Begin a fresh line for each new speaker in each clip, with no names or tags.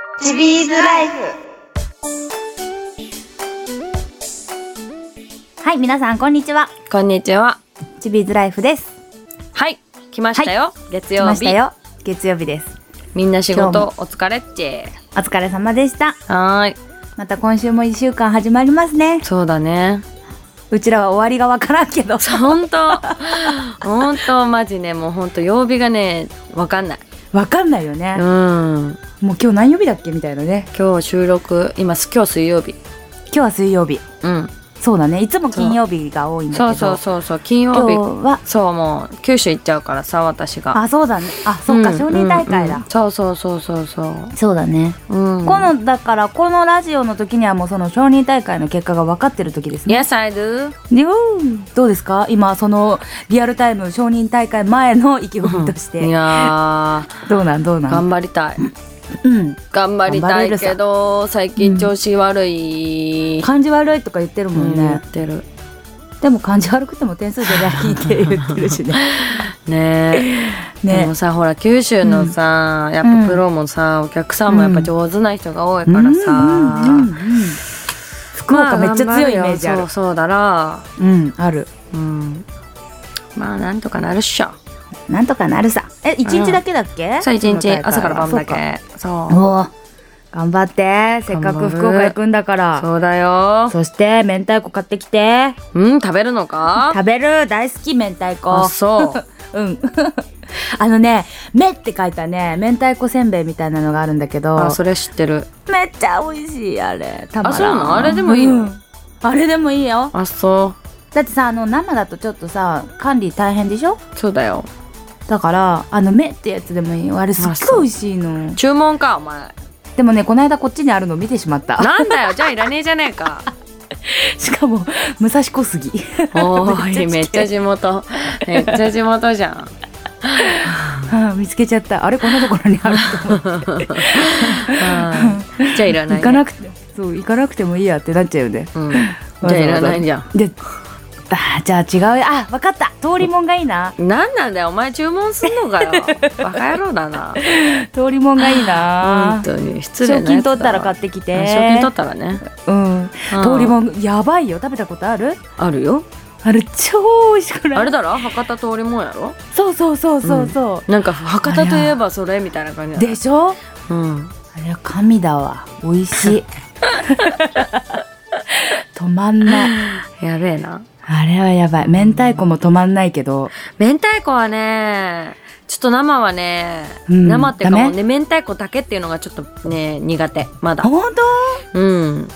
ズライフ
はい、皆さんこんにちは。
こんにちは。
チビーズライフです。
はい、来ましたよ。月
来
曜
ました
日。
よ。月曜日です。
みんな仕
今日
事
も
お疲れっち。
お疲れ様でした。
はーい、
また今週も一週間始まりますね。
そうだね。
うちらは終わりがわからんけど。
本 当、本当マジね、もう本当曜日がね、わかんない。
わかんないよ
う
ね。
ん、
もう今日何曜日だっけみたいなね。
今日収録、今今日水曜日。
今日は水曜日。
うん、
そうだね。いつも金曜日が多いんだけ
そ
ど。
うそうそうそう、金
今
曜
日
日。
は、
そう、もう九州行っちゃうからさ、私が。
あ、そうだね。あ、そっか、
ん
承認大会
うんう
だ
ん。そうそうそうそうそう。
そうだね。
うん。
この、だから、このラジオの時にはもうその承認大会の結果が分かってる時ですね。
Yes, I do.
でどうですか今、そのリアルタイム承認大会前の意気込みとして。
いや
どうなんどう
ー、
なん
頑張りたい。
うん
頑張りたいけど最近調子悪い、
感じ悪いとか言ってるもん
や
ね、
ってる
でも感じ悪くても点数じゃないって言ってるし ね
ねえで
ね
もさほら九州のさ、やっぱプロもさ、お客さんもやっぱ上手な人が多いからさ、
うんうんうん福岡めっちゃ強いイメージある、
まそうそうだら
うんある
うんまあなんとかなるっしょ
なんとかなるさえ一日だけだっけ
そう一
その大
日
会は
朝から晩だ
そうか
けそうそう
おお頑張ってせっかく福岡行くんだから
だよ
そして明太子買ってきて
うん食べるのか
食べる大好き明太子
あそう
うん。 あのね、めって書いたね、明太子せんべいみたいなのがあるんだけど、
あそれ知ってる
めっちゃ美味しい、あれ。たまらん
あそうなのあれでもいいの
うんあれでもいいよ。
あそ
だってさ、あの、生だとちょっとさ、管理大変でしょ
うそうだよ
だから、あの、めってやつでもいいよ。あれすっ
あそ
ご
う
い美味しいの。
注文かお前
でもね、この間こっちにあるの見てしまった。
なんだよじゃあいらねえじゃねえか
しかも、武蔵小杉。
おー
め
いめ
っ
っ
ち
ち
ゃ
ゃ地元めっちゃ地元じゃん
あ 見つけちゃった。あれ、こんなところにあ ると思って。
うん じゃあいらない
行かなくて、そう、行かなくてもいいやってなっちゃうよね。
うん、じゃあいらないじゃん
で、あじゃあ違うよ。あ、わかった。通りもんがいいな。
なんなんだよお前注文すんの かよバカ野郎だな
通りもんがいいな
本。当に失礼
賞
なや
金
つだ
取ったら
わ
買ってきて。
あ賞金取ったらね
うん。
うん
通りもんやばいよ。食べたことある？
あるよ
あれ超美味しくない？
あれだろ博多通りもんやろ
そうそうそうそうそ
なんか博多といえばそれみたいな感
う。
じだ
でしょ？
うん
あれは神だわ。美味 しい。止まんない。
やべえな
あれはやばい。明太子も止まんないけど。
明太子はねちょっと生はね、
うん
生っていうか
ダメ
もうね明太子だけっていうのがちょっとね苦手まだ
本当？
うん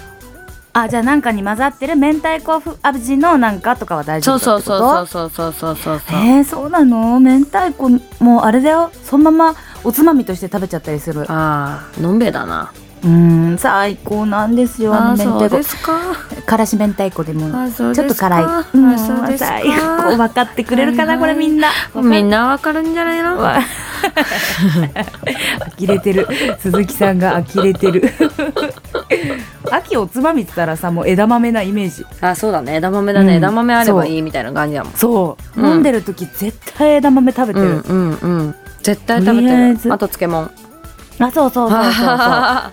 あ、じゃあなんかに混ざってる明太子ふ味のなんかとかは大丈
そ
夫
う
ってこ
そ
と
うそうそうそうそうそうそう、
えー、そうなの明太子もあれだよそのままおつまみとして食べちゃったりする
ああのんべえだな
うーん最高なんですよあの明太子
すか
からし明太子でも
あそう
ちょっ
で
と
すか
辛い
あ
うん
そうですか
最高分かってくれるかなこ
はい
れ
はい
みんな
みん
な
なわかるんじゃないの
わ呆れてる鈴木さんが呆れ てる秋おつまみって言ったらさもう枝豆なイメージ
あそうだね枝豆だね、
うん
枝豆あればいいみたいな感じだもん
そう、
うん
飲んでる時絶対枝豆食べて
う
る、
んうんうん絶対食べ
とりあえ
て
ず
るあと漬物
あそうそうそうそうそう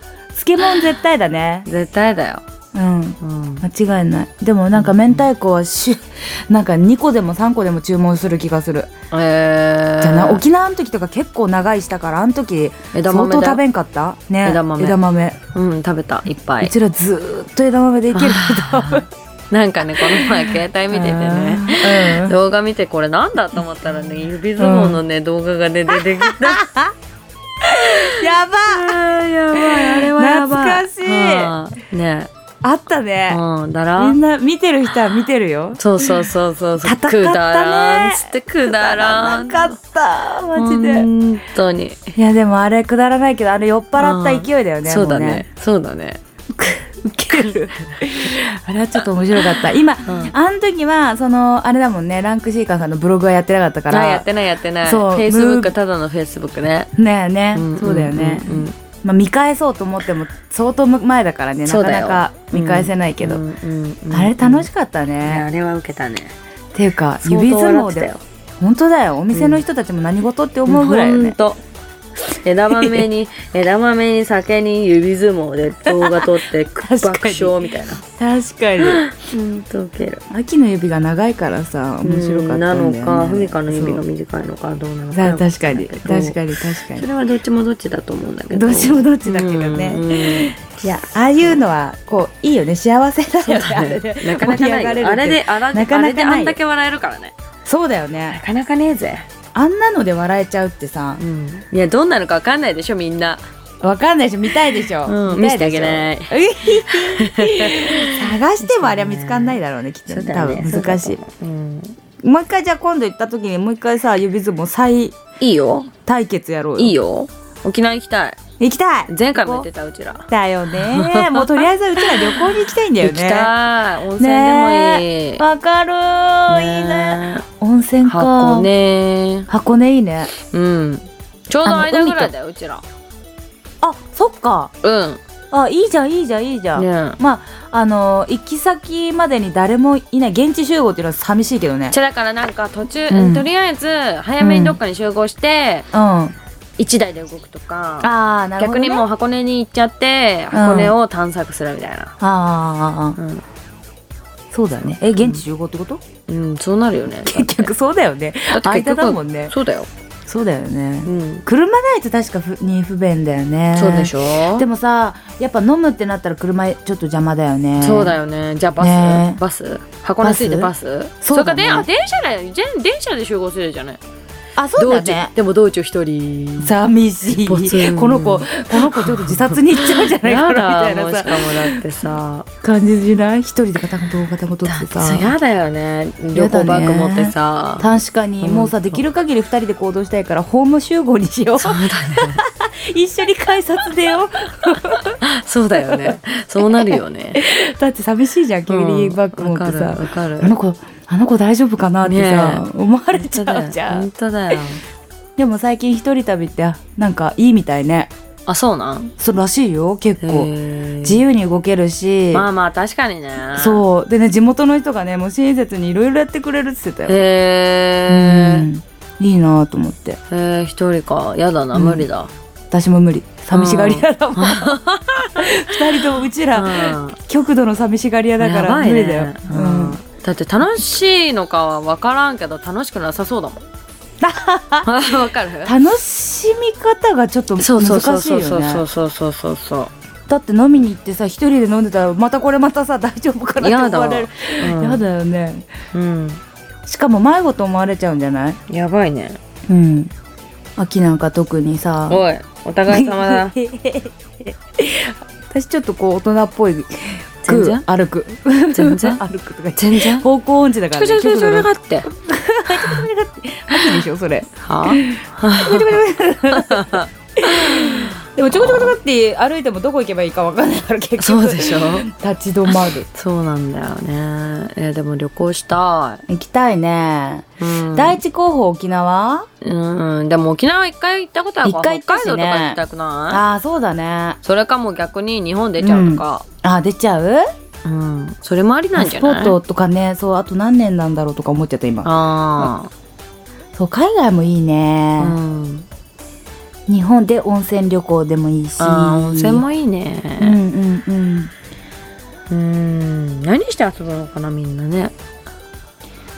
漬物絶対だね
絶対だよ、
うん
うん、
間違いないでもなんか明太子はし、 なんか2個でも3個でも注文する気がする、
えー、
じゃな沖縄の時とか結構長いしたからあの時
枝
相
豆だよ
当食べんかったね
枝豆うん食べたいっぱ
う
い
ちらずーっと枝豆でいけ る
なんかねこの前携帯見ててね
ねうん
動画見てこれなんだと思ったらね指相撲のね、動画がね出 てきた
やば
やばいあれ
はやばい
懐かしいね
あったね
うんだ
み
ら
んな見てる人は見てるよ
そうそうそうそうそう
戦ったね
くだらんっつってくだらん
なかったマジで
本当に、
いやでもあれくだらないけどあれ酔っ払った勢いだよね
そうだ
も
ねそうだね
ウケるあれはちょっと面白かった今、
ん
あの時はそのあれだもんねランクシーカーさんのブログはやってなかったから
あやってないやってないフ
そう
ェイスブッ
ムー
クただのフェイスブックね
ねえね、
ん
そうだよね、
うんうん
まあ、見返そうと思っても相当前だからねな
そう
かな
だよ
か見返せないけど、
うんうんうん
あれ楽しかった
いや
ね、
あれは受けたね
っていうか
相当
指相
笑っ
撲
てた
で
よ
本当だよお店の人たちも何事って思うぐらいよ
ほん
ね、
と枝 豆に枝豆に酒に指相撲で動画撮っ て
確かに
爆笑みたいな
確かに
うんとウケる
秋の指が長いからさ面白かったんだよ、ね
うんなのかふみかの指が短いのかどうなのか
さあ
よくわ
確
か
か
んな
に
いけど
確かに確か
そ
に
れはどっちもどっちだと思うんだけど
どっちもどっちだけどね
う んうん
いやああいうのはこういいよね幸せだよねあれで
なかなか
盛り上が
な
れるけ
いよ
ど
あれであら
なかなかない
あれであんだけ笑えるからね
そうだよね
なかなかねえぜ、
あんなので笑えちゃうってさ
いやどんなのかわかんないでしょみんな、
わかんないでしょ見たいでしょ、
うん、見
見た
せ
い
てあ
でし
げ
ょ
ない
えへへへ 探してもあれは見つかんないだろうねきっとね多分難しい、
うん、
もう一回じゃあ今度行った時にもう一回さ指相撲再
いいよ
対決やろうよ
いいよ沖縄行きたい
行きたい
前回も言ってたうちら、
だよねもうとりあえずうちら旅行に行きたいんだよ
行
ね
きたい温泉でもいい、
ねえわかるいいね
ね
温泉か
箱根
箱根いいね
うんちょう
あ
ど
の
間ぐらいだようちら
あそっか
うん
あいいじゃんいいじゃんいいじゃん、
ね
まああの行き先までに誰もいない現地集合っていうのは寂しいけどね
うちらからなんか途中、
うん
とりあえず早めにどっかに集合して、
うんあ
一台で動くとか
あーなるほ
逆
ど、ね、
にもう箱根に行っちゃって箱根を探索するみたい
あ
な、
ーあーあー
うん
そうだよねえ現地集合ってこと、
うん、そうなる よね
結局そうだよね
だって
間
結
だ
局
もんね
そうだよ、
そうだよね
うん、
車ないと確かふに不便だよね
そうでしょ
でもさやっぱ飲むってなったら車ちょっと邪魔だよね
そうだよねじゃあバス、
ね
バス箱根ついてバス
そうだね
れかであ電車だよ電電車で集合するじゃない
あそうだ
道
ね
中でも道中一人
寂しいこ
ポツ
の
ン
子この子ちょっと自殺に行っちゃうんじゃないか
や
な
だ
みたい
も
うな
し
さ
かもだってさ
感じじゃない一人でガタガタガタガタって
そ
さ
うやだよね旅行バッグ持ってさ
確かに
うん
もうさできる限り二人で行動したいからホーム集合にしよう一緒に改札出よう
そうだよねそうなるよね
だって寂しいじゃん急に
うん
バッグ持って
わ
さ、
かる
あ
わかる
の子あの子大丈夫かなってさ、
ね
思われちゃうじゃん
本当だよ本当だよ
でも最近一人旅ってあなんかいいみたいね
あそうなん
そうらしいよ結構
へ
自
ー
由に動けるし、
まあまあ確かにねう
そうでね地元の人がねもう親切にいろいろやってくれるって言ってたよ、
へー
うんいいなと思って
へー一人かやだな
うん
無理だ
私も無理寂しがり屋だもん 二人ともうちら、
うん
極度の寂しがり屋だか
や
ら
ばい
無
ね
理だよ、う
うん
ん
だって楽しいのかは分からんけど楽しくなさそうだもん分かる
楽しみ方がちょっと
そうそうそ
難
う
しいよ
そう
ね
そうそうそうそうそう
だって飲みに行ってさ一人で飲んでたらまたこれまたさ大丈夫かなって
や
思
だ
われる
うん
やだよね
うん
しかも迷子と思われちゃうんじゃない
やばいね
うん秋なんか特にさ
おいお互い様だ
私ちょっとこう大人っぽい
全然
く歩く
全然
歩くとか言って
全然
方向音痴だから、ね、
ちょちょちょちょ
極度の
待って
秋でしょそれ
は
でもちょこちょこちょこって歩いてもどこ行けばいいかわかんないから結局
そうでしょ
立ち止まる
そうなんだよねえでも旅行した
行きたいね、
いうん
第一候補沖縄
うんでも沖縄一回行ったことあるから
一
北
回行った
海
しね
道とか行きたくな
ああそうだね
いそれかもう逆に日本出ちゃうとか
ああ出ちゃう
うんそれもありな
パ
んじ
ス
ゃ
ポ
な
ー
い
トとかねそうあと何年なんだろうとか思っちゃった今
あ
そう海外もいい
あ、う
ね、
ん、
日本で温泉旅行でもいいし
あー温泉もいいうね
んうんうん
うん何して遊ぶのかなみんな ね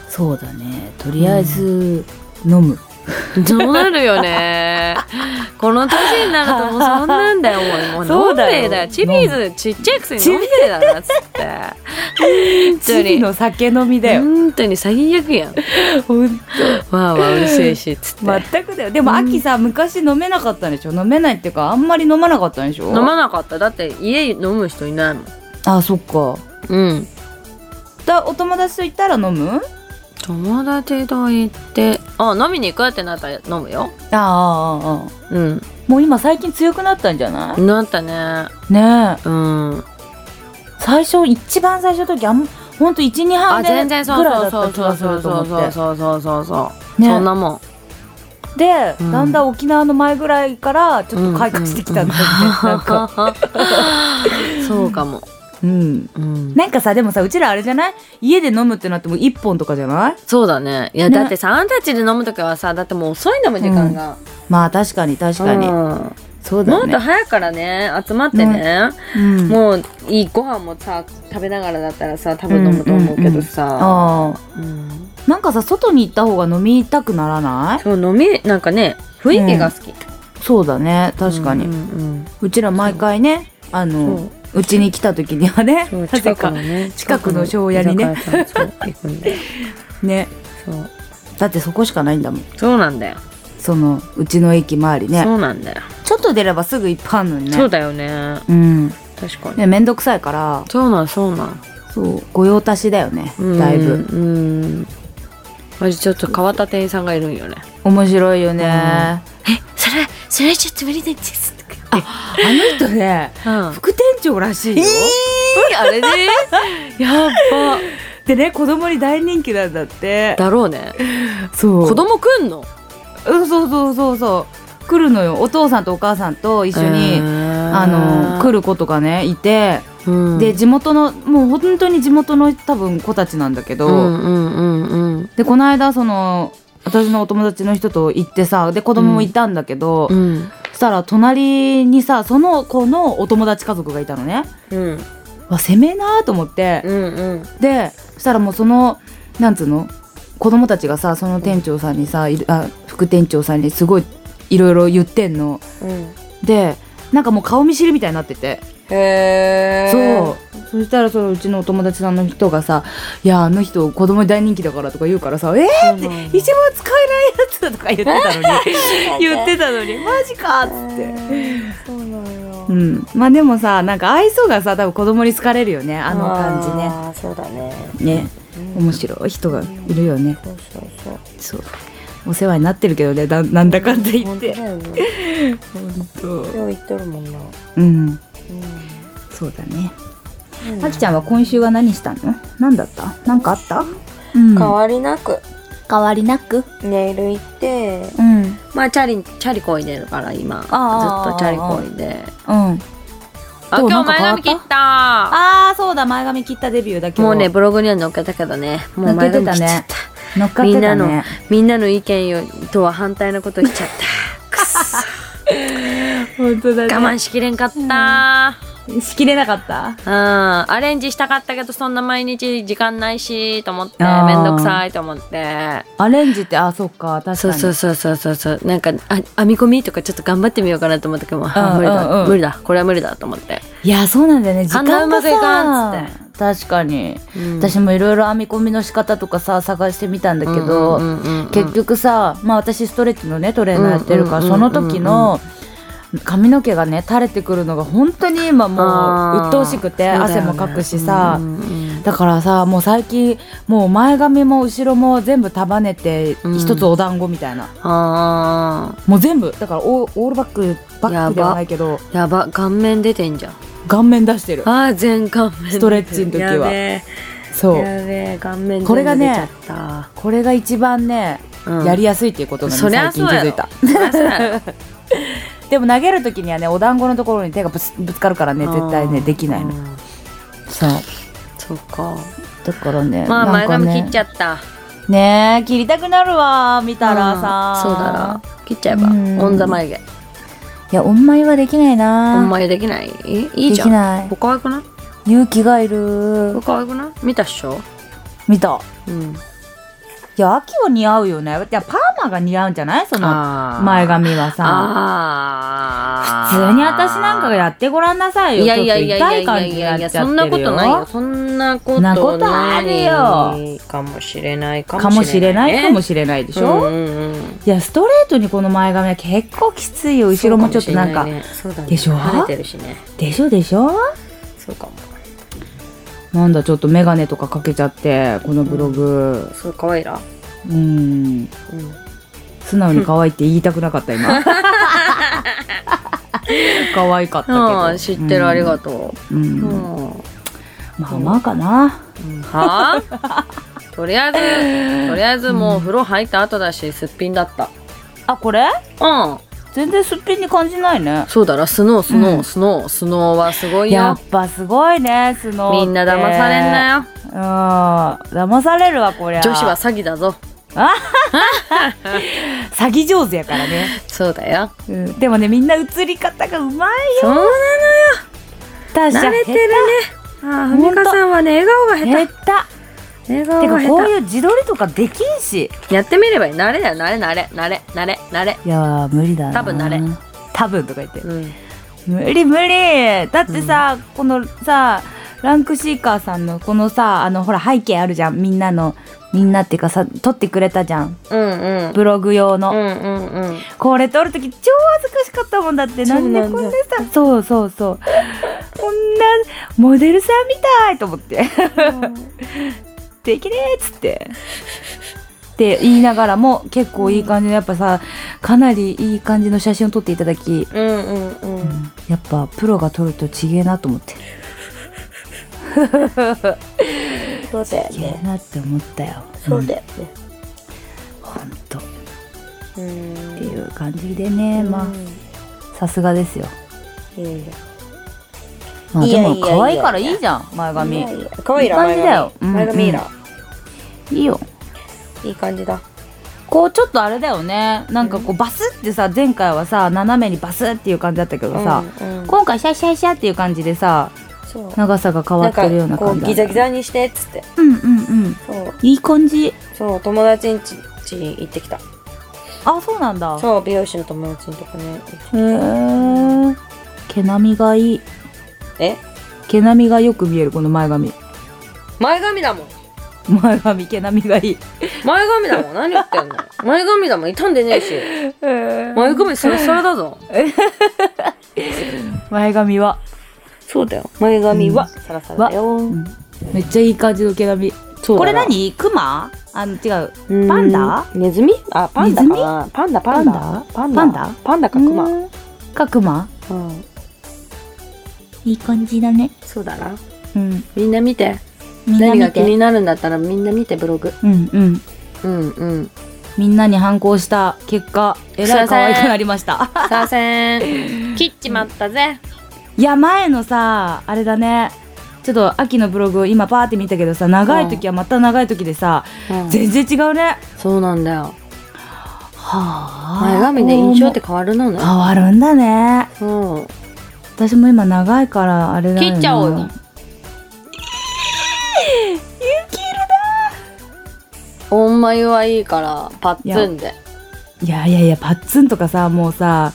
そうだねとりあえず飲む、
そうなるよねこの年になるともうそんなんだよもうもう
そ
飲
うんだよ
べえだよチビーズちっちゃいくせに飲んべえだなっつって
チビの酒飲みだよ、
本当に最悪やん
ほんと
わあわあうるせえしっつ って、
全くだよでも秋さ、昔飲めなかったんでしょ飲めないっていうかあんまり飲まなかったんでしょ
飲まなかっただって家飲む人いないもん
あそっか
うん
だお友達と行ったら飲む
友達と行ってあ飲みに行くってなったら飲むよ
ああああ
うん
もう今最近強くなったんじゃな
なったね
いねえ
うん
最初一番最初の時あんほんと12
あ
半で
全然
ぐ
そう
らいだっ
そ
た
う
気
そう
がす
そう
ると
そう
思
そ
っ
う
て
そうそうそうそう、
ね
そんなもん
で、
うん
だんだん沖縄の前ぐらいからちょっと開花してきたんだよね、 なん か、
そうかも、
うん、
うん、
なんかさでもさうちらあれじゃない家で飲むってなっても1本とかじゃない
そうだねいや
ね
だってさあんたちで飲む時はさだってもう遅いんだもん時間が、
まあ確かに確かに、
うん
そうだ
も
よ
っ
ね
と早いからね集まってね、
うん
もういいご飯もさ食べながらだったらさ多分飲むと思うけどさ、
ああ
うん
なんかさ外に行った方が飲みたくならない
そう飲みなんかね雰囲気が好き、
そうだね確かに、う
うんうん
ちら毎回ねあ
うん
のうちに来た時にはね
そうそう
なぜ
近く
か
のね
近くの庄屋にね
居酒屋さんそう行くんだよ
ね
そう
だってそこしかないんだもん
そうなんだよ、
そのうちの駅周りね
そうなんだよ、
ちょっと出ればすぐいっぱいあるのにね
そうだよね
うん
確かに
ねめんどくさいから
そうなんそうなん
そう御用達だよね
うん
だいぶ
うんマジちょっと変わった店員さんがいるんよね
面白いよね、
えそれそれちょっと無理なんですとか言って
あの人ね
あ、
副店長らしいよ、
あれね やっぱ
でね子供に大人気なんだって
だろうね
そう
子供くんの
うんそうそうそうそう来るのよお父さんとお母さんと一緒に、あの来る子とかねいて、
る、うん
で地元のもう本当に地元の多分子たちなんだけど、
うんうんうんうん
でこの間その私のお友達の人と行ってさで子供もいたんだけど、
うん
そしたら隣にさその子のお友達家族がいたのね
うん
わ攻めえなーと思って、
うん
でそしたらもうそのなんつうの子供たちがさその店長さんにさいるあ副店長さんにすごいいろいろ言ってんの
うん
でなんかもう顔見知りみたいになってて、
へえ
そうそしたらそのうちのお友達さんの人がさ「いやあの人子供に大人気だから」とか言うからさ「えー、
そうなんだ
一番使えないやつ」とか言って たのに言ってたのに「マジか」っつって。
そうなんよ
うん、まあでもさなんか愛想がさ多分子供に好かれるよねあの感
あーそうだね
じねね面白い人がいるよね
そうそうそう
そうお世話になってるけどねだなんだかんだ言っ
本当
て
だよね
本当
よう言ってるもんな
うん
う
そうだね
ん
あきちゃんは今週は何したの何だった何かあった、うん
変わりなく
変わりなく
ネイル行って
うんうん
まあチャリチャリこいでるから今ずっ
あー
とチャリこいであ
どうな
今日
んか
前
変わった
髪切った
ああそうだ前髪切ったデビューだけ
もうねブログには載っけたけどねもう前髪切っちゃ
載
っ
っけて
た
乗っかって
みんな
た
の
ね
みんなの意見よとは反対のことしちゃった くっそ
本当だ
我慢しきれんかった
しきれなかった
うんアレンジしたかったけどそんな毎日時間ないしと思って
あー
めんどくさいと思って
アレンジってあそっか確かに
そうそうそうそうそうそうなんかあ編み込みとかちょっと頑張ってみようかなと思ったけどもうあ
うん
無理
うんう
だ
ん
無理だこれは無理だと思って、
いやそうなんだよね時
あんなう
間が
まくいかん
さ
っつ
確かに、
うん
私もいろいろ編み込みの仕方とかさ探してみたんだけど、
うんうんうんうん
結局さ、まあ、私ストレッチのねトレーナーやってるから、
うんうん
そ
うんうん
の時の髪の毛がね垂れてくるのが本当に今もう鬱陶しくて、
あー
汗もかくしさ、
そうだよねうんうん
だからさもう最近もう前髪も後ろも全部束ねて
うん
一つお団子みたいな、
あ
もう全部だからオーオールバックバックではないけど
ーやば顔面出てんじゃん
顔面出してる
ああ全顔面
ストレッチの時は
やべえ
そう
やべえ顔面全部
これがね
出ちゃった
これが一番ね、
うん
やりやすいっていうことなの
そりゃ
最近
そう
気
や
づ
ろ
いた
そりゃそうやろ
でも投げる時にはねお団子のところに手がぶつぶつかるからね絶対ねできないの
うん
そう
そうか
だからね
まあ
な
前
んか
髪
ね
切っちゃった
ねえ切りたくなるわ見たら
う
さ
んそうだら切っちゃえば
うん
オンザ眉毛
いやおんまいはできないな
オン眉できないいいいじゃん
できない
こ可愛くない
勇気がいる
こ可愛くない見たっしょ
見た
うん
いや秋は似合うよねいやパーマが似合うんじゃないその
あー
前髪はさ
あ
普通に私なんかがや
っ
ってごらんなさいよ
いやいやいやいや
ちょっと痛
いや
い感じ
い
になっ
やい
ちゃ
や
ってる
そ
よ
んなことないよそんなこと
なことあるよ
ないかもしれないか
かもしれないかも
し
しれないでし
ね
ょ、
うんうんうん
いやストレートにこの前髪は結構きついよ後ろもちょっとなんか
そうもしれいねそうだね
でしょ
晴れてるしね
でしょでしょ
そうかも
なんだちょっと眼鏡とかかけちゃってこのブログ
そう可愛いら
うん
うん
素直に可愛いって言いたくなかった 今可愛かったけど、
ああ知ってるありが
と
と
う、うん
ううん
まあまあかな
はあとりあえずとりあえずもう風呂入った後だしすっぴんだった
あこれ
うん
全然すっぴんに感じないね
そうだらスノースノー、
うん
スノースノーはすごい
や
よ
っぱすごいねスノー
みんな騙されんなよ
ようん騙されるわこりゃ
女子は詐欺だぞ
詐欺上手やからね、
そうだよ
うん、でもねみんな映り方がうまい
そうなのよ
た
慣れてるねああふみかさんはね笑顔が
減
下
った
手笑
て
顔
かこ
が
う
下
いう自撮りとかできんし
手やってみればいい慣れだよ慣れ慣れ慣れ慣れ慣れ
いやー無理だな
多分慣れ
多分とか言って
うん
無理無理だってさ、このさランクシーカーさんのこのさあのほら背景あるじゃんみんなのみんなっていうかさ撮ってくれたじゃん
うんうん
ブログ用の、
うんうんうん
これ撮る時超恥ずかしかったもんだって
そう
な
なんん
でこ
だ
んなさそうそうそうこんなモデルさんみたいと思って 「できねえ」っつって。って言いながらも結構いい感じのやっぱさかなりいい感じの写真を撮っていただき
うんうんうんうん
やっぱプロが撮るとちげえなと思って
そうだよ
ちげえ
ね
なって思ったよ
そうだよね
ほんとっ
う
て
ん
いう感じでねまあ
うん
さすがですよ
いやいや
まあ
い
で
やいや
も
いや
可愛いからいいじゃん前
い
髪
やいや可愛いない
い感じだよ
前
うん
髪いいない
いよ
いい感じだ
こうちょっとあれだよねなんかこうバスってさ前回はさ斜めにバスっていう感じだったけどさ、
うんうん
今回シャシャシャっていう感じでさ
そう
長さが変わ
なん
ってるような
かこ
感
う
じ
ギザギザにしてっつって
うんうんうん
そう
いい感じ
そう友達んちち行ってきた
あそうなんだ
そう美容師の友達のとこ
へ
ね
え毛並みがいい
え
毛並みがよく見えるこの前髪
前髪だもん
前髪毛並みがいい
前髪だもん何言ってんの前髪だもん傷んでねえし前髪それそれだぞ
前髪は、
そうだよ前髪はサラサラだよ、
めっちゃいい感じの毛並み
そう
こ
だ
れ
な
何クマあの違う
うーん
パンダ
ネズミあパンダかなパンダパンダ
パ
パ
ン
ン
ダ
ダ
パンダ
パンダかクマうん
うんかクマいい感じだね
そうだな
うん
みんな見て
みんな
何
見
が気
て
になるんだったらみんな見てブログ
うんうん
うんうん
みんなに反抗した結果えらい可愛くなりました
さあせん 切っちまったぜ
いや前のさあれだねちょっと秋のブログを今パーって見たけどさ長い時はまた長い時でさ、全然違うね
そうなんだよ
はあ
前髪で印象って変わるのね
変わるんだね
うん
私も今長いからあれだよな
切っちゃおうよお前はいいからパッツンで
いやいやいやパッツンとかさもうさ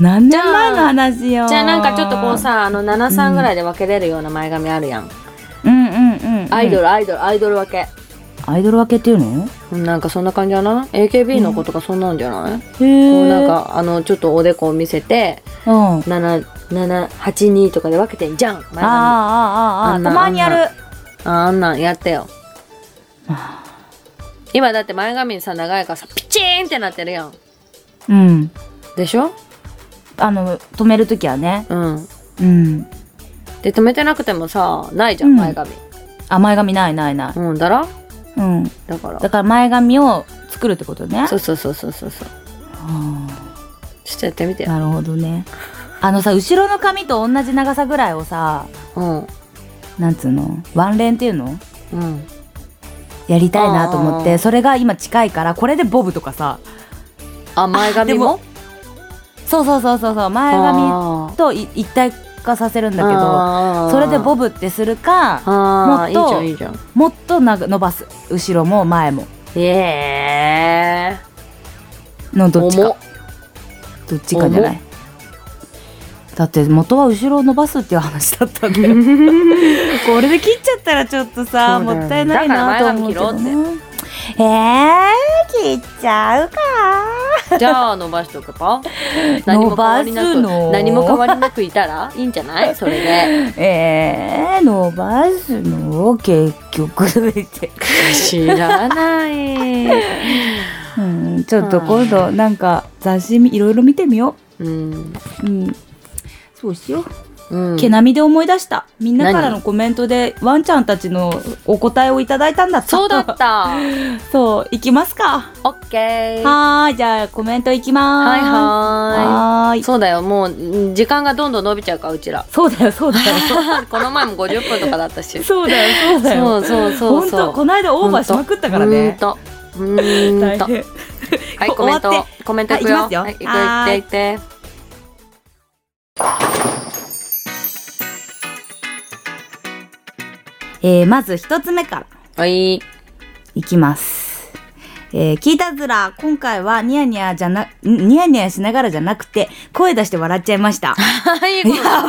何年前の話よ
じゃあなんかちょっとこうさあの73ぐらいで分けれるような前髪あるやん、
うんうんうんうん
アイドルアイドルアイドル分け
アイドル分けっていうの
うんなんかそんな感じじゃない AKB の子とかそんなんじゃない、
へえ
こうなんかあのちょっとおでこを見せて
うん
7782とかで分けてんじゃん前髪あ
あーあーあーあー
あんな
たまにやる
あんなんやってよ今だって前髪さ長いからさピチーンってなってるやん
うん
でしょ
あの止めるときはね
うん
うん
で止めてなくてもさないじゃん、
うん
前髪
あ前髪ないないない
うんだろ
うん
だから
だから前髪を作るってことね
そうそうそうそうそうそう
は
ちょっとやってみて
あ
よ
なるほどねあのさ後ろの髪と同じ長さぐらいをさ
うん
なんつうのワンレンっていうの
うん
やりたいなと思っ
あ
て
ー
それが今近いからこれでボブとかさ
あ前髪
で
も
もそうそうそうそうそう前髪
髪
とい一体化させるんだけど
ど
それでボブってするか
ああいいじ
もっ
ゃ
と
んいいじゃん
もっとな伸ばす後ろも前も
ええ
のどっち
重
かどっちかじゃないだって元は後ろを伸ばすっていう話だったんだよ これで切っちゃったらちょっとさ、
そうだ
も
よね
ったいないなと思うけど
だから前
ねえー、切っちゃうか
じゃあ伸ばしとくか何
伸
も変わ
ば
りなく
すの
何も変わりなくいたらいいんじゃないそれで
えー、伸ばすの結局って、
知らない
うん、ちょっと今度なんか雑誌みいろいろ見てみよ
うん、
う、うん、そうしよう
うん、
毛並みで思い出したみんなからのコメントでワンちゃんたちのお答えをいただいたんだった
そうだった
そう行きますか
オッケーは
はーいじゃあコメントいきまー
い
す
は
はー
ーい
い
そうだよもうん時間がどんどん伸びちゃうからう ちら
そうだよそうだよ
この前も50分とかだった し
そうだよそうだ
そ
よ
うそうそう
本
そ
当
う
この間オーバーしまくったからね
ほんとうーんと。
変
はい、コメン
終
ト
わっ、
コメントいくよ。
はい行
は
きます
い、
よ
行く、行って、行って。
えー、まず一つ目から
はい。
いきます。えー、聞いたずら、今回はニヤニヤじゃな、んニヤニヤしながらじゃなくて、声出して笑っちゃいました。
いいこと だ
や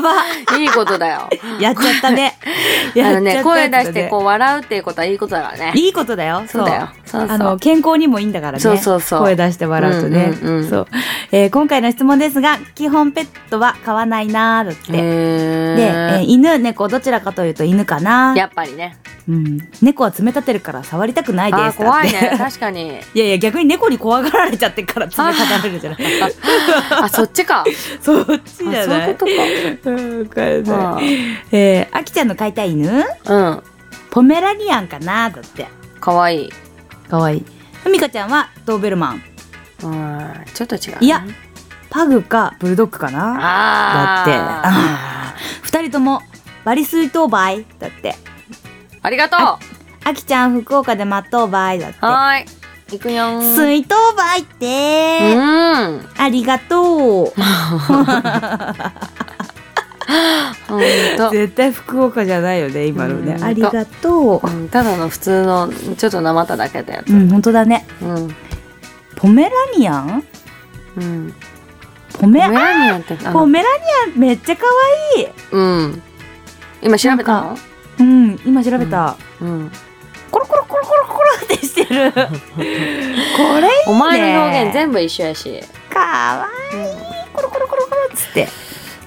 ば
いいことだよ。
やっちゃったね。
あ
やっちゃ
のね、
った
声
やつ
出
だね
してこう笑うっていうことはいいことだからね。
いいことだよ。
そうだよ。そうそう。
あの健康にもいいんだからね
そうそうそう
声出して笑うとね、
うんうんうん
そう、えー今回の質問ですが基本ペットは飼わないなーだって、
へー
で、えー犬猫どちらかというと犬かな
やっぱりね。
うん、猫は爪立てるから触りたくないです
あー、怖い
だって
ね。確かに。
いやいや逆に猫に怖がられちゃってから爪立たれるじゃない
あ、そっ ちか。あ、
そっ
そ
ち
う
じゃ
い
な
う
い
こと
うんわかん
か
ない。えー、あきちゃんの飼いたい犬
うん。うん。
ポメラニアンかなだって
かわいい。
かわいいふみかちゃんはドーベルマン
うん。ちょっと違う。
いや。パグかブルドッグかなだ
あ
ってあー二人ともバリスイトーバイだって
て。ありがとう。
あきちゃん福岡で待とうばいだって
はーい。いくよん。う
水筒ばいって
ん。うん
ありがとう
ほんと。
絶対福岡じゃないよね今のね
うん
ありがと
うんただの普通の、ちょっとなまっただけだよ。
ううん本当だね
うん。
ポメラニアン
うん。
ポメ
ポメラニアンって、あ
ポ
の
メラニアンめっちゃ可愛い
うん。今調べたの
うん今調べた、
うん。
コロコロコロコロコロってして るこれいいね
お前の表現全部一緒やし。
かわいいコロコロコロコロっつって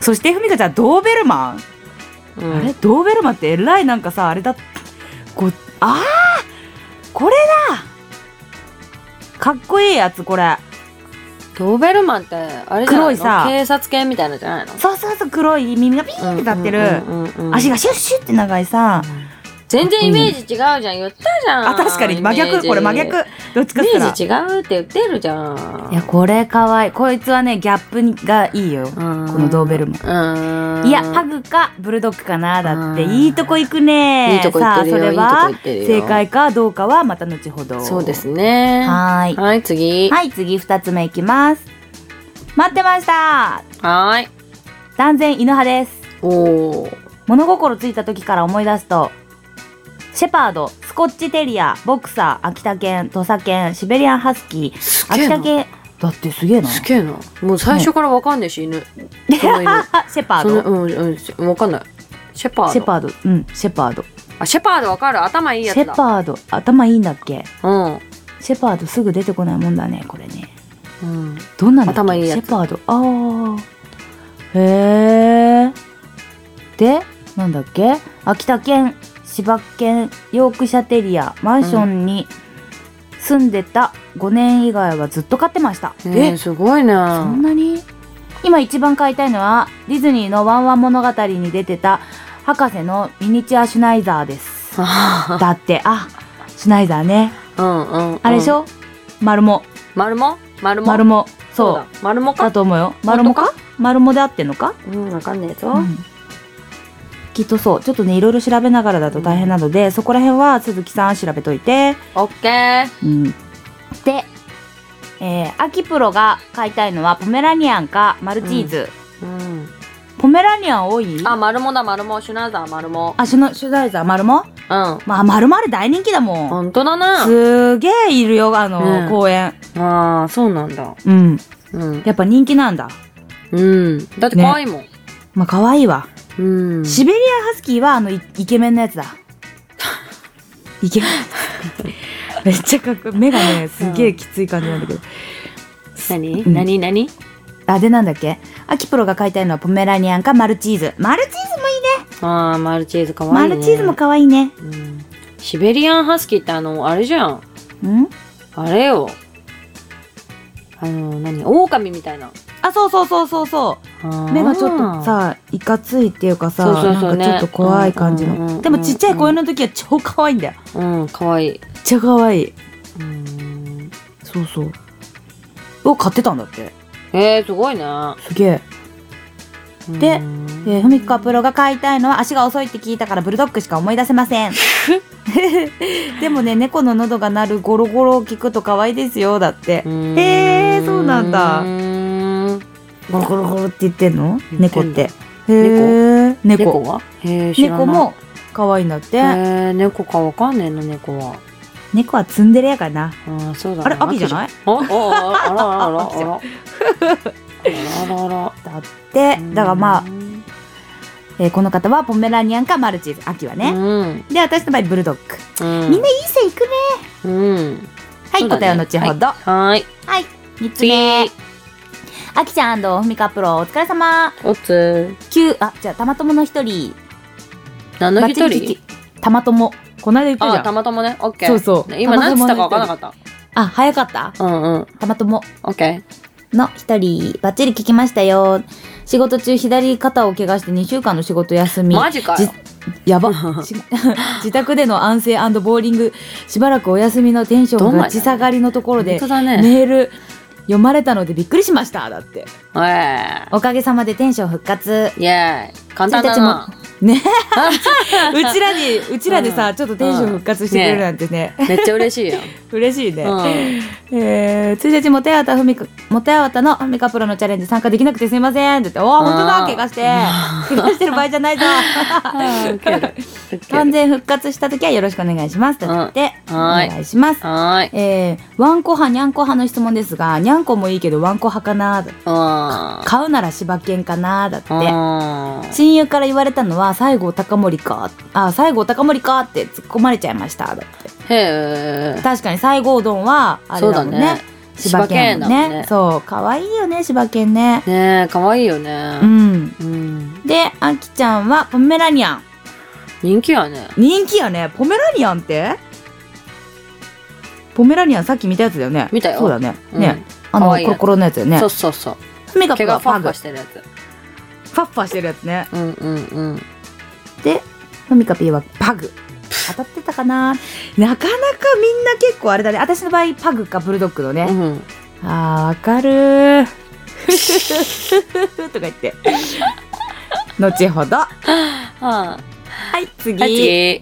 そしてふみかちゃんドーベルマン、
うん
あれドーベルマンってえらいなんかさあれだこあーこれだかっこいいやつこれ
ドーベルマンって、あれじゃ
黒
ないい
さ
の警察犬みたいなのじゃないの
そうそうそう黒い耳がピーンって立ってる、足が
し
シュッシュって長いさ、
全然イメージ違うじゃん言ったじゃん
あ確かに真
イメー
逆
ジ
これ真逆どっちかっ
イ
て
メ
ら
ージ違うって言ってるじゃん
いやこれかわいいこいつはねギャップがいいよ
この
のドーベル
マ
いやパグかブルドッグかなだって
うん
いいとこ行くね
いいとこ行ってるよ
さあそれはい
いとこ行ってるよ
正解かどうかはまた後ほど
そうですねは
はーい
い次
はい次2つ目いきます待ってました
はーい
断然犬派です
おー
物心ついた時から思い出すとシェパードスコッチテリアボクサー秋田犬土佐犬シベリアンハスキー
すげえ
秋田
な
犬だってすげえな
すげえなもう最初からわかんないし犬その犬
シェパー
そ
ド
のうんうんわかんないシェパ
シェ
ード
パードうんシェパード
あシェパードわかる頭いい
シ
やつ
ェ
だ
パード頭いいんだっけ
うん
シェパードすぐ出てこないもんだねこれね
うん
どんなの
頭いいやつ
シェパードああへえでなんだっけ秋田県柴県ヨークシャテリアマンションに住んでた5年以外はずっと飼ってました、
ねえすごいね
そんなに今一番飼いたいのはディズニーの「ワンワン物語」に出てた博士のミニチュアシュナイザーですだってあシュナイザーね
うんうんうん
あれでしょ、丸も
丸も丸も
丸もそう
だ丸も
だ
か
と思うよ。丸も
本
か丸もで合ってんのか、
うんわかんねえぞ
うんきっとそう。ちょっとね、いろいろ調べながらだと大変なので、そこら辺は鈴木さん調べといて。
オッケー
うん。で、えー、秋プロが買いたいのはポメラニアンかマルチーズ。
うん
ポメラニアン多い
あ、丸もだ、丸も、シュナウザー、丸も。
あ、シュナシュダイザー丸も
うん。
まあ、丸もあれ大人気だもん。
本当だな。
すげえいるよ、あの、
ね
公園。
ああ、そうなんだ。
うん。
うん。
やっぱ人気なんだ。
うん。だって可愛いもん。
まあ、可愛いわ。
うん。
シベリアンハスキーはあのイイケメンのや つだ。イケメン。めっちゃかっこいい。目がね、すげえきつい感じなんだけど。
何
うん
何何
あ、でなんだっけアキプロが飼いたいのはポメラニアンかマルチーズ。マルチーズもいいね。
ああ、マルチーズ可
マ
愛いね。
ルチーズも可愛いね。
うんシベリアンハスキーってあの、あれじゃん。
うん
あれよ。あの、何狼みたいな。
あ、そうそうそうそうそう。目がちょっとさ、いかついっていうかさ、
そうそうそ
な
うね
んかちょっと怖い感じ
うんうんうんう
の。
ん
でもちっちゃい公園の時は超可愛いんだよ。
あー。うん、可愛い。
めっちゃ可愛い。
うん。
そうそう。を飼ってたんだって。
えー、すごいね。
すげえ。で
うん
えー、ふみかプロが飼いたいのは足が遅いって聞いたからブルドッグしか思い出せません。でもね猫の喉が鳴るゴロゴロを聞くと可愛いですよだってへ
へ
ーそうなんだゴロゴロゴロって言ってんの
言って
猫っ
んの
てへー猫
猫
猫
はへー知らない
も可愛いんだって、
へー猫かわかんねえな猫は
猫はツンデレやからな
あーそうだ
あれ秋じゃない
いあああらあらあらあらあらあら あら
だってだからまあ、えーこの方はポメラニアンかマルチーズ秋はね、
ね
で私の場合ブルドッグ、
うん
みんないい線いくね
うん
はい、
そうだね
答えは後ほど、
はーい
三つ目あきちゃんふみかプロお疲れ様
おつ
九あじゃあたまともの一人
何の一
バッチリ
人
聞きたまともこないだ言ったじ
あ
ゃん
たまたまねオッケー
そうそう
今何つったか
た
分から
ま
な
たまの一人
かった
あ早かった
うんうん
たまとも
オッケ
の一人バッチリ聞きましたよ仕事中左肩を怪我して2週間の仕事休
ー
み
マジか
じ
よ
やば し自宅での安静ボーリングしばらくお休みのテンションがち下がりのところで
本当だね
メール読まれたのでびっくりしましただって
えー
おかげさまでテンション復活
イエーイ簡単だな
ね うちらにうちらでさ、
うん
ちょっとテンション復活してくれるなんてね
めっちゃ嬉 しいよ
嬉しいね、
うん
えー、1日もてあたふみかもてあたのふみかプロのチャレンジ参加できなくてすみませんって言って「おお本当だ
うん
怪我して怪我してる場合じゃない ぞ
ウケるウケ
完
る
全復活した時はよろしくお願いします」だって、
うん
お
はい
願いします
はーい
えー、ワンコ派にゃんこ派の質問ですがにゃんこもいいけどワンコ派かな
うん
買うなら柴犬かなだって
うん
親友から言われたのは西郷隆盛かあ西郷隆盛かって突っ込まれちゃいましただって
へえ
確かに西郷丼はあれだもん
そう
ね
だね
柴犬だもんね
柴犬だもんね
そう可愛いよね柴犬ね
ねえ可愛いよ
う
ね
ん
うん
であきちゃんはポメラニアン
人気やね
人気やねポメラニアンってポメラニアンさっき見たやつだよね
見たよ
そうだね、
うん
ねあの
可愛い
コ
や
ロ
つ
コロのやつだよね
そうそうそう
ふみか
毛
く
が
は
ファ
パグ
ッファ
フ
してるやつ
ァッファしてるやつね
うんうんうん
でふみかぴーはパグ当たってたかななかなかみんな結構あれだね私の場合パグかブルドッグのね、
うん
あーわかる ーとか言って後ほどは
はい
次
い次
え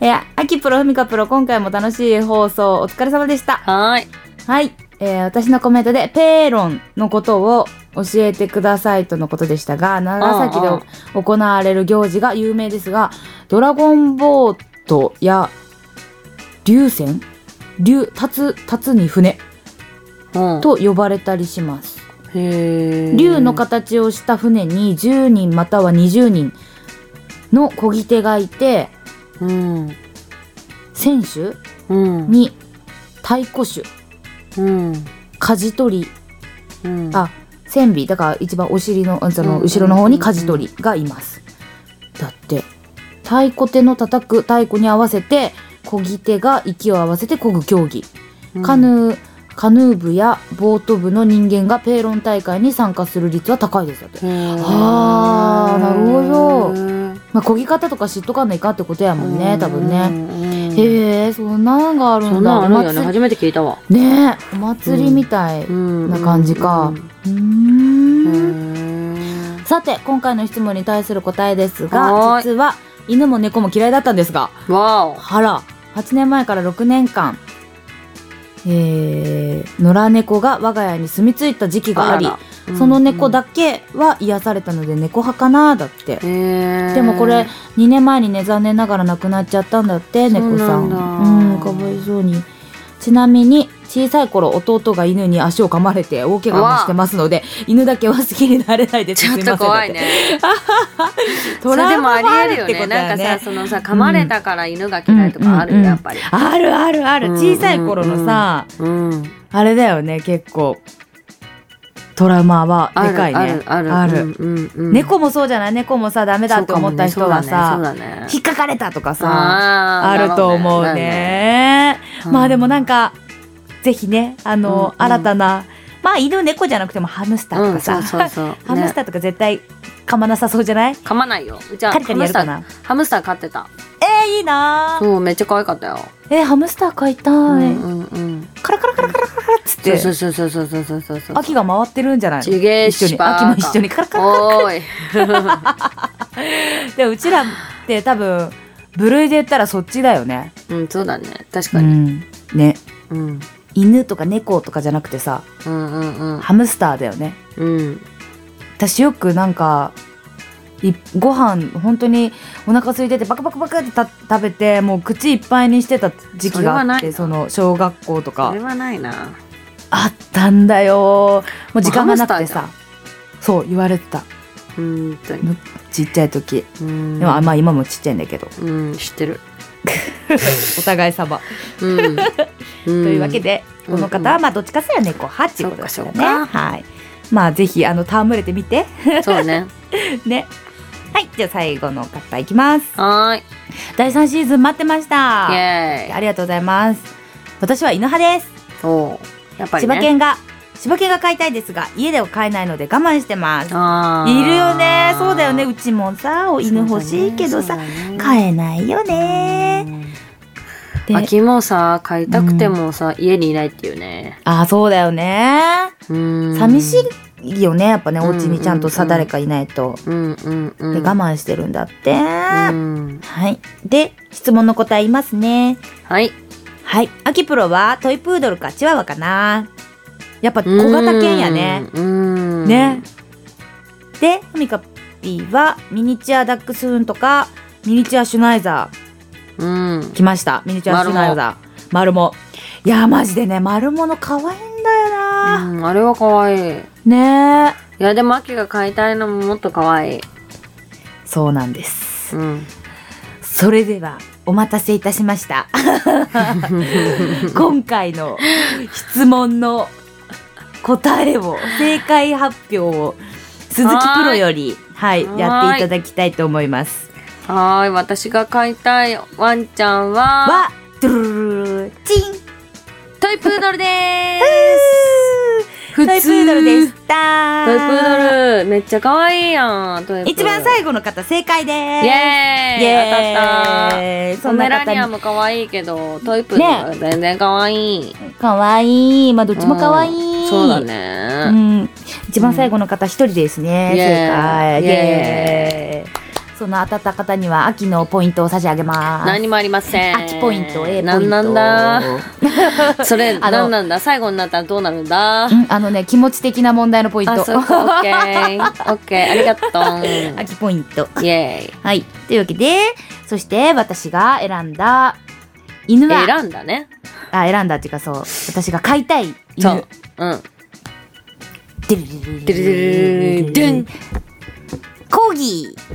ー秋プロふみかプロ今回も楽しい放送お疲れ様でした
はーい
はい、えー私のコメントでペーロンのことを教えてくださいとのことでしたが長崎で
うん
行われる行事が有名ですがドラゴンボートや竜船竜立つ立つに船
うん
と呼ばれたりします
へー
竜の形をした船に10人または20人の漕ぎ手がいて
うん
船首
うん
に太鼓手
うん
舵取り
うん
あ船尾だから一番お尻のあそ
うん
の後ろの方に舵取りがいますだって太鼓手の叩く太鼓に合わせて漕ぎ手が息を合わせて漕ぐ競技カヌーカヌー部やボート部の人間がペーロン大会に参加する率は高いですよってあーなるほどまあ、漕ぎ方とか知っとかないかってことやもんね、多分ね。
ね
へえ、そんなのがある
そ
ん
ん
だ。
なんあるんや
お
ね
祭
初めて聞いたわ
りねえ、お祭りみたい。う
な
な感じかー。
うんん
さて、今回の質問に対する答えです
はー
が、
い
実は犬も猫も嫌いだったんですが、
わお
あら、8年前から6年間、えー、野良猫が我が家に住み着いた時期があり、
らら
その猫だけは癒されたので猫派かなだって。
うんへー
でもこれ2年前にね残念ながら亡くなっちゃったんだって
そう
猫さん
なんだ
うんかわいそうにちなみに小さい頃弟が犬に足を噛まれて大怪我もしてますので犬だけは好きになれないです
ちょっ
すいませ
と
ん
怖い
だっ
ね
て
そ
ト
れ
ラ
で
ウ
も
マ
あり
があ
え
るっ
るよ
てこと
ね
だ
な
よ
んかさ
ね
そのさ噛まれたから犬が嫌いとかある
う
よ
んうんうん
やっぱり
あるあるある
うん
小さい頃のさ、
うん
あれだよね結構トラウマは
あ
で
る
かいね
あるある
ある
うんうんうん
猫もそうじゃない猫もさダメだって思った人が
そう
さ、
かもねそうだね
引っかかれたとかさ
あ
あ
ー
ると思うね。
だろうね
まあでもなん
か
か、ぜひね、あの、
うん
新たな、まあ犬猫じゃなくてもハムスターとかさ、
うんそうそうそうね
ハムスターとか絶対噛まなさそうじゃない
噛まないよじゃあ
カリカリやるかな
ハムスターハムスター飼ってた
えー、いいなー
そうめっちゃ可愛かったよ
えーハムスター飼いたい、
うんうんうん
カラカラカラカラカラっつっ
そう
て、
そうそうそうそうそうそうそう
秋が回ってるんじゃない
ちげー
一緒
し
に、
ば
秋
ーか
も 一緒にカラカラ。
おーい
で、うちらって多分、部類で言ったらそっちだよね。
うん、そうだね。確
う
かに。
ん。ね。
うん。
犬とか猫とかじゃなくてさ、
うんうん
ハムスターだよね。
うん。うん。
私よくなんか、いご飯本当にお腹空いててバクバクバクってた食べてもう口いっぱいにしてた時期があっ
それはな
て
い
その小学校と
そ
か
れはないな。
あったんだよもう時間がなくて
もう
さそう言われてた
うんと
う
に。
ちっちゃい時
うん。
でもあまあ今もちっちゃいんだけど
うん、知ってる。
お互い様
うん。と
というわけ。で、この方はまあどっちかすら猫派っていうことですよ
そう
ね。
かそうか
はい。まあぜひあの戯れてみて
そうね。
ね。はい、じゃあ最後の方いきます。
はーい。
第三シーズン待ってました。
イ
あ
エーイ。
りがとうございます。私は犬派です。
おうやっぱり
千
ね。
葉県が千葉県が買いたいですが家では買えないので我慢してます。
あー
いるよね。そうだよね。うちもさ、お犬欲しいけどさ、、買えないよね。で
え。秋もさ、買いたくてもさ、家にいないっていうね。
あ、そうだよね。
うん。
寂しいよね。やっぱね、お家にちゃんと
う
さ、
んうんうん
誰かいないと。
うんうんうん。
で我慢してるんだって、
うん。
はいで質問の答え言いますね
はい。
はい秋プロはトイプードルかチワワかなやっぱ小型犬やね
うん。
ねでふみかぴーはミニチュアダックスフンとかミニチュアシュナイザ
うん。
ー来ましたミニチュアシュナイザー丸もいやマジでね丸もの可愛いんだよな、
うんあれは可愛い。い
ねえ
や、でも、秋が買いたいのももっと可愛い。
そうなんです
うん。
それではお待たせいたしました今回の質問の答えを正解発表を鈴木プロよりはい
はーい
やっていただきたいと思います
はーい。私が飼いたいワンちゃんは、
はドゥルルルルチン
トイプードルでーす。
トイプードルでし
トイ
た
プードル。めっちゃ可愛いやん。トイプードル
一番最後の方正解で
イ
す
エーイ当たった
エーイ
ポ
そん
メ
な
ラニア
方に
も可愛いけど、トイプードルは全然可愛い。
かわいいまあどっちもかわい
うん
い
そうだ
う
ね。
ん、一番最後の方一人ですね、
うん
正解
イエーイ
イエーイその当たった方には秋のポイントを差し上げます
何もありません。
秋ポイント A ポイント
なんなん だ。それ、
あの
なんなんだ。最後になったらどうなるんだ。
うんあのね気持ち的な問題のポイン
あ、
ト
そうか。オッケー。オッケー。ありがと
秋ポイント
う。イエーイ。
はいというわけでそして私が選んだ犬は
選んだね。
あ選んだっていうかそう私が飼いたい犬
そう。うん。
デルデル
デルデルデルデン
コーギー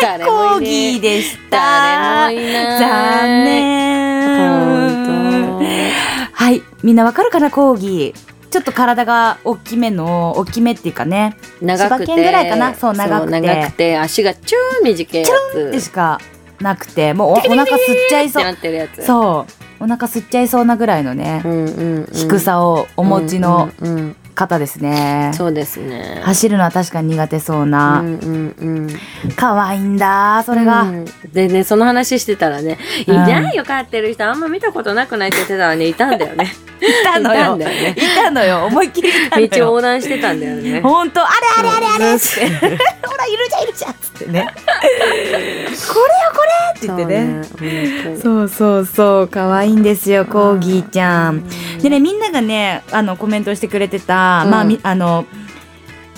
誰
コ
も
ーギ
い
ー
ねえ
でした
誰もいない。
残。念はいみんなわかるかなコーギーちょっと体が大きめの大きめっていうかね
長くて
千葉県ぐらいかなそう長くて
長くて足がチューン短いや
で
つ
しかなくてもうおお腹吸っちゃい
って
そう
なってるやつう、
そうお腹吸っちゃいそうなぐらいのね
んうんうん、
低さをお持ちの
うんうんうん
方ですね
そうですね
走るのは確かに苦手そう
う
なん
うんうん、
可愛いんだそれ
う
が
んでねその話してたらね「い
うん
ないよ飼ってる人あんま見たことなくない」って言ってたらねいたんだ よね
いたの
いた
よ
んだよ
い
ね
たのよ思いっきりいたの
道を
よ
横断してたんだよね
ほんとあれあれあれあれ
うん
って ほらいるじゃんいるじゃんっつって ねこれよこれって言ってね
そうね本当に
そうそうそう、可愛いんですよ、コーギーちゃん。でね、みんながね、あの、コメントしてくれてた、
うん
まあ、みあの、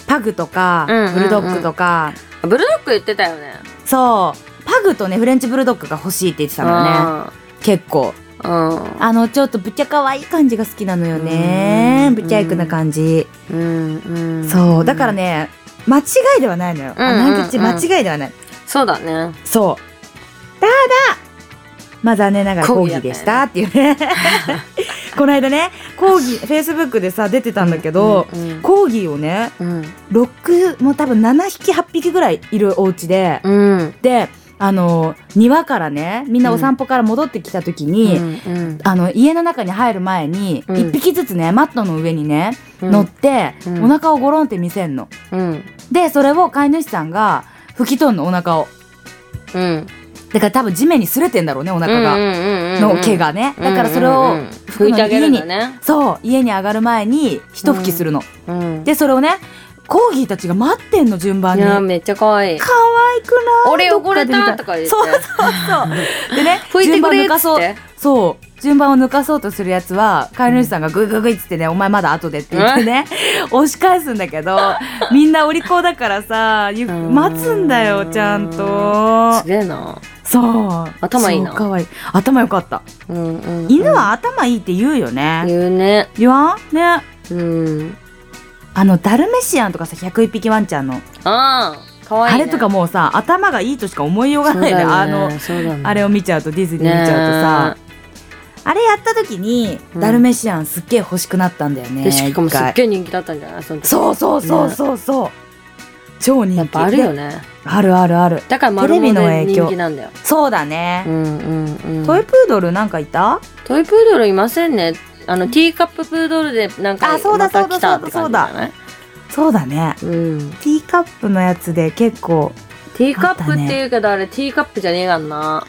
パグとか、
うんうんうん
ブルドッグとか、
ブルドッグ言ってたよね
そう、パグとね、フレンチブルドッグが欲しいって言ってたのね、結構。
うん
あの、ちょっとぶっちゃ可愛い感じが好きなのよね。
うん
ぶっちゃいくな感じ。
うんうんうん
そう、だからね、間違いではないのよ。あ
うんうんうん
なんて間違いではない。
そうだね
そう。ただ、まあ残念ながらコーギーでしたっていうね。 この間ね、コーギー、フェイスブックでさ、出てたんだけど、
うんうん
コーギーをね、
うん
6、もう多分7匹、8匹ぐらいいるお家で、
うん
で、あの、庭からね、みんなお散歩から戻ってきた時に、
うん
あの、家の中に入る前に、
うん
1匹ずつね、マットの上にね、
うん
乗って、
うん
お腹をゴロンって見せんの。
うん
で、それを飼い主さんが拭き取んの、お腹を。
うん
だから多分地面に擦れてんだろうね、お腹が。の毛がね、だからそれ
うんうんう
を
ん拭いてあげるんだね
そう家に上がる前に一拭きするの、
うん
でそれをねコーギーたちが待ってんの順番
い
に可
や
愛
めっちゃ可愛い。
くない
俺汚れた
ど
と
っ
か言って。
そうそうでね
拭いて
順
く
番
れ
抜
っつ
か
っ
そう
て。
そう順番を抜かそうとするやつは飼い主さんがグイグイグイっつってね「お前まだ後で」って言ってね押し返すんだけどみんなお利口だからさゆ
うん
待つんだよちゃんと
すげえな。
そう
頭いいな
超かわいい頭よかった
うんうんうん。
犬は頭いいって言うよね、
言うね。
言わんね
うん。
あのダルメシアンとかさ101匹ワンちゃんの、
ああ、可愛い
あ
ね。
れとかもうさ頭がいいとしか思いようが
そう
な
だ
い
よ
ね
ね。
あの
そうだね
あれを見ちゃうとディズニー見ちゃうとさ、あれやった時に、
うん
ダルメシアンすっげえ欲しくなったんだよね
でしかも
一
す
回
っげえ人気だったんじゃないその時
そうそうそうそうそう、超人気
やっぱあるよ
ね
ね
あるあるある
だから丸
テレビ
物
の
で
影響
人気なんだよ
そうだ
う
ね、
んうんうん
トイプードルなんかいた
トイプードルいませんねあのティーカッププードルでなんか
あそうだ
また来たって
そうだそうだ
感じじゃない
そうだね
うん
ティーカップのやつで結構
ティーカップっていうけどあれティーカップじゃねえがんな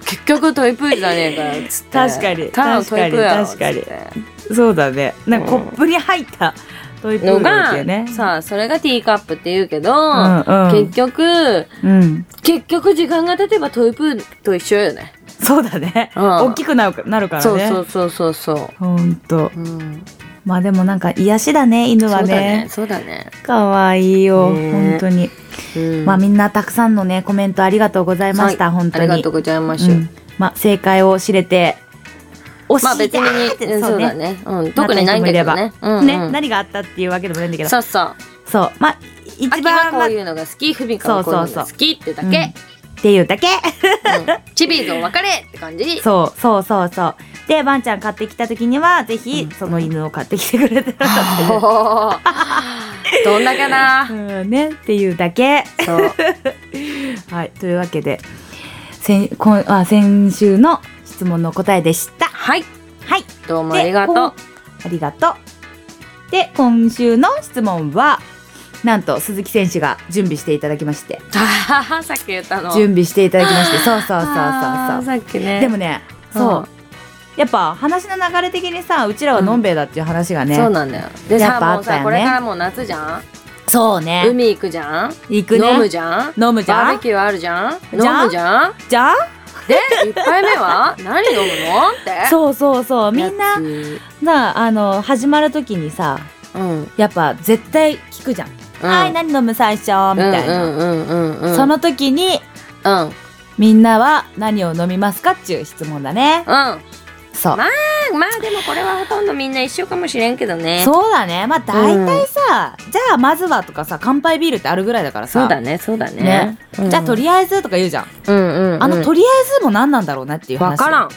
結局トイプーじゃねえかよっつって
確かに
ただのトイプーやろっつ
確
っ
かに
て
そうだねなんか
う
コ
ん
ップに入ったトイプード
の
ルっていう
が、
ね
さあそれがティーカップっていうけど、
うんうん
結局
うん
結局時間が経てばトイプーと一緒よね。
そうだね、
うん
大きくなるかなるからね
そうそうそうそうそ
ほんと
う。うん。
まあでもなんか癒しだね犬
そうだ
は
ね
ね。
そうだね。
かわいいよ、
ね
本当に、
うん
まあみんなたくさんのねコメントありがとうございました、本当
あ
に
りがとうございます。
うんまあ正解を知れて惜しい
まあ別
って
に、うん
そ
そうう
ね
だね。うん。特にないんだけどね。うんうん。
ね何があったっていうわけでもないんだけど
そうそう。
そうまあ一
秋
番
はこ
は
ういうのが好き、ふみかはこういうのが好きってだけ。
っていうだけ
うんチビーズお別れって感じ。
そうそうそうそうでワンちゃん買ってきた時にはぜひ
うん
その犬を買ってきてくれて ら
おー どんだけな。
うんねっていうだけ
そう。
はいというわけで先今あ先週の質問の答えでした
はい。
はい
どうもありがと
でこ
う。
ありがとうで今週の質問はなんと鈴木選手が準備していただきまして
あはは さっき言ったの。
準備していただきましてそうそうそうそう
あー
そう
さっきね。
でもね、そう、やっぱ話の流れ的にさうちらはのんべえだっていう話がね、
そうなんだよで
や
さ
っぱあ
も
っ
う
たよね
さこれからもう夏じゃん
そうね
海行くじゃん
行くね
飲むじゃん
飲むじゃ
バー
ん
ベキューあるじゃん
じゃん
飲むじゃん
じゃん
で一杯目は何飲むのって
そうそうそうみ
やつ
んななあの始まる時にさ
うん
やっぱ絶対聞くじゃん「はい何飲む最初」みたいな、
うんうんうんうんうん
その時に
うんうん
みんなは何を飲みますかっていう質問だね
ま
そう、
まあまあでもこれはほとんどみんな一緒かもしれんけどね
そうだねまあ大体さ、じゃあまずはとかさ乾杯ビールってあるぐらいだからさ
そうだねそうだね
ね
うん
じゃあとりあえずとか言うじゃん、
うんうんうん
あのとりあえずも何なんだろうねっていう話
わからん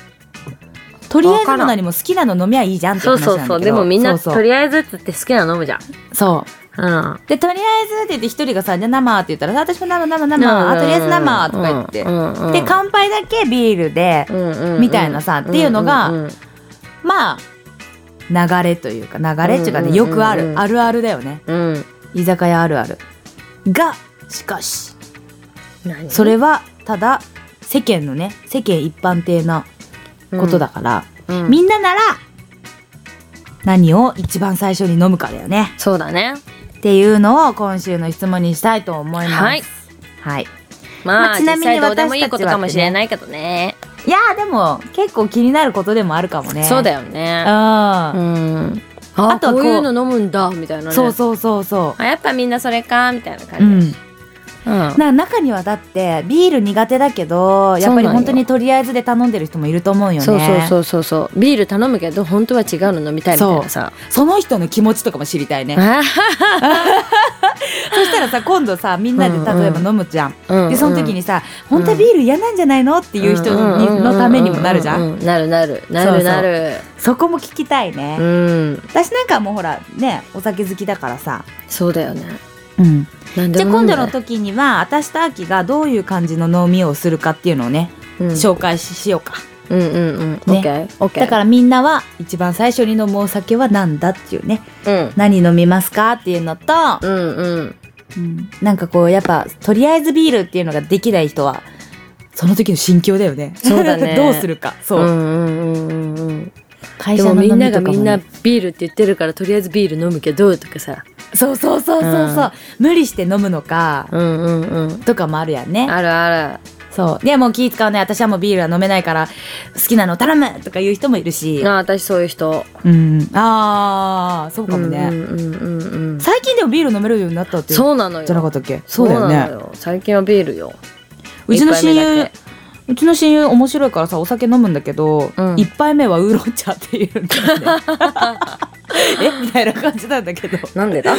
とりあえず
わか
も
らん
何も好きなの飲みゃいいじゃんって
そう
話なんだけ
そう
ど
そうでもみんな
そう
と
そう
りあえずっつって好きなの飲むじゃん
そう
うん
でとりあえずって言って一人がさ「じゃあ生」って言ったらさ「私も生生
うん
生」あとりあえず生」とか言って、
うんうんうん
で乾杯だけビールで、みたいなさっていうのがまあ流れというか流れっていうかね
うんうん
よ
うんうん
くあるあるあるだよね居酒屋あるあるがしかしそれはただ世間のね世間一般的なことだから、みんななら何を一番最初に飲むかだよね
そうだね
っていうのを今週の質問にしたいと思います。
はい
はいま
ま
あ
あ
ち
ち
な
な
み
み
に
にどうでもいいこ
私
と
たちは
かもしれないけどね
いやーでも結構気になることでもあるかもね。
そうだ
よ。
よね
う
うん
あ
あ
とは
と
こう。
こういうの飲むんだみたいなんね
そうそうそうそ
あやっぱみんなそれかみたいな
う。う
感じ
ん。
だし
な中にはだってビール苦手だけどやっぱり本当にとりあえずで頼んでる人もいると思うよね。
そうそうそうそうそうビール頼むけど本当は違うの飲みたいみたいなさ
その人の気持ちとかも知りたい ね。
あ
そしたらさ今度さみんなで例えば飲むじゃん。
うん うん
でその時にさ本当はビール嫌なんじゃないのっていう人に
うんうんうんうん
のためにもなるじゃ。
うんうなるなるなるなる
そこも聞きたいね。
うん
私なんかもうほらねお酒好きだからさ、
そうだよね
うん、
なん
じ
で
ゃあ
も
今
飲ん
度
だ
の
ら
時には私と秋がどういう感じの飲みをするかっていうのをね、
うん
紹介ししようか
うんうんうん。オッケー。オッケー。
だからみんなは一番最初に飲むお酒は何だっていうね
ら、うん。
何飲みますかっていうのと、
うんうん。
うんなんかこうやっぱとりあえずビールっていうのができない人はその時の心境だよね
そうだね
どうするかそう、
んうんうんうん。
必会
で
社
も
の
み
飲
んな
み
が
とか
み
も
んな
ね
ビールって言ってるからとりあえずビール飲むけどとかさ
そうそうそうそうそう、無理して飲むのか
うんうんうん
とかもあるやんね
あるある
そうでもう気使うね私はもうビールは飲めないから好きなの頼むとか言う人もいるし
あ私そういう人
うんああそうかもね、
うんうんうんうんうん
最近でもビール飲めるようになったっていう
そうなのよ
じゃなかったっけそうだよ
なの
ね
よ最近はビールよ
うちの親
一杯目
友
だけ
うちの親友面白いからさお酒飲むんだけど、
うん
一杯目はウーロン茶っていう んだよねえみたいな感じなんだけど
なんでだ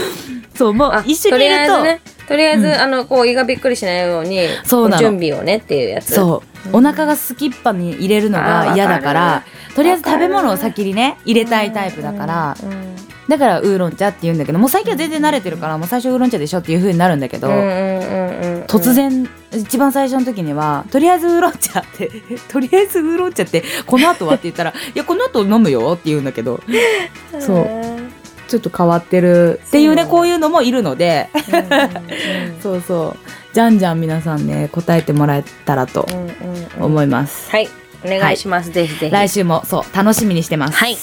そうもう
あ
一緒にいると
とりあえずねとりあえず、
うん
あのこう胃がびっくりしないように
そうなの
準備をねっていうやつ
そう、お腹がすきっぱに入れるのが嫌だから
あわか
とりあえず食べ物を先にね入れたいタイプだから、
うん
だからウーロン茶って言うんだけどもう最近は全然慣れてるからもう最初ウーロン茶でしょっていう風になるんだけど、
うんうんうんうん
突然一番最初の時には「とりあえずウーロン茶」って 「とりあえずウーロン茶ってこの後は?」って言ったら「いやこの後飲むよ」って言うんだけどそう
うん
ちょっと変わってるっていうね
そう
こういうのもいるのでそうそうじゃんじゃん皆さんね答えてもらえたらと
うんうんうんうん
思います、
はいお願いします、ぜひぜひ
来週もそう楽しみにしてます、
はい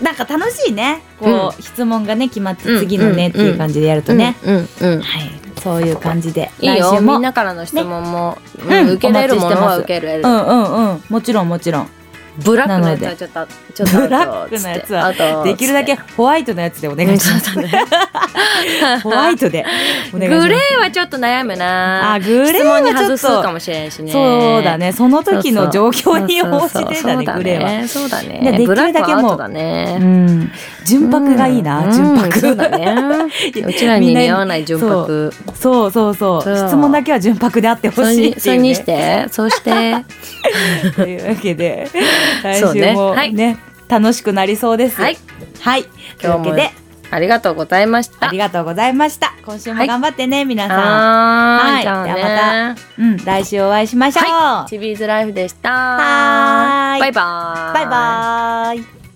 なんか楽しいねこう、質問がね決まって
うん
次のね、
うん
っていう感じでやるとね、
うんうんうん
はいそういう感じで
いい
来
よ
週も
みんなからの質問も、
ね
うん
うん
受けれるものは
お待
受
ち
けれる、
うんうんうんもちろんもちろん
ブラックのやつ
なの
はちょっとちょっ
ブ
と
ラックのやつは
あと
できるだけ
つっ
ホワイトのやつでお
て
願いします
うんそうだね
ホワイトでお願いします。
グレーはちょっと悩むな
あグレー
質問に外
は
す
ちょっ
か
と。
もしれんしね
そうだね。その時の状況に
そう
応
そう
じてだね、
そう
グレーは。
そうだね
ででき
ブ
る
ラッ
だ
ク
け
は
もう
アウトだね
うん。純白がいいな、純
うんそうだ
白。
ねうちら
み
に
んな
似合わない純白
そうそうそう。
そう
質問だけは純白であってほ
それ
しい
に
っ
そ
てい
れ
うね。
にしてそ うして
というわけで、来
そうね
週も
はい
ね、楽しくなりそうです。
はい。
はい。という
今
わ
日
け
も
で、
ありがとうございまし
あ
た
りがとうございました。今週
は
も
い
頑張ってね、皆さん。
は
はい
じゃあね
ではうん。来週お会いしましょう。
チビーズライフでした
はーい
バイバーイ
バイバーイ。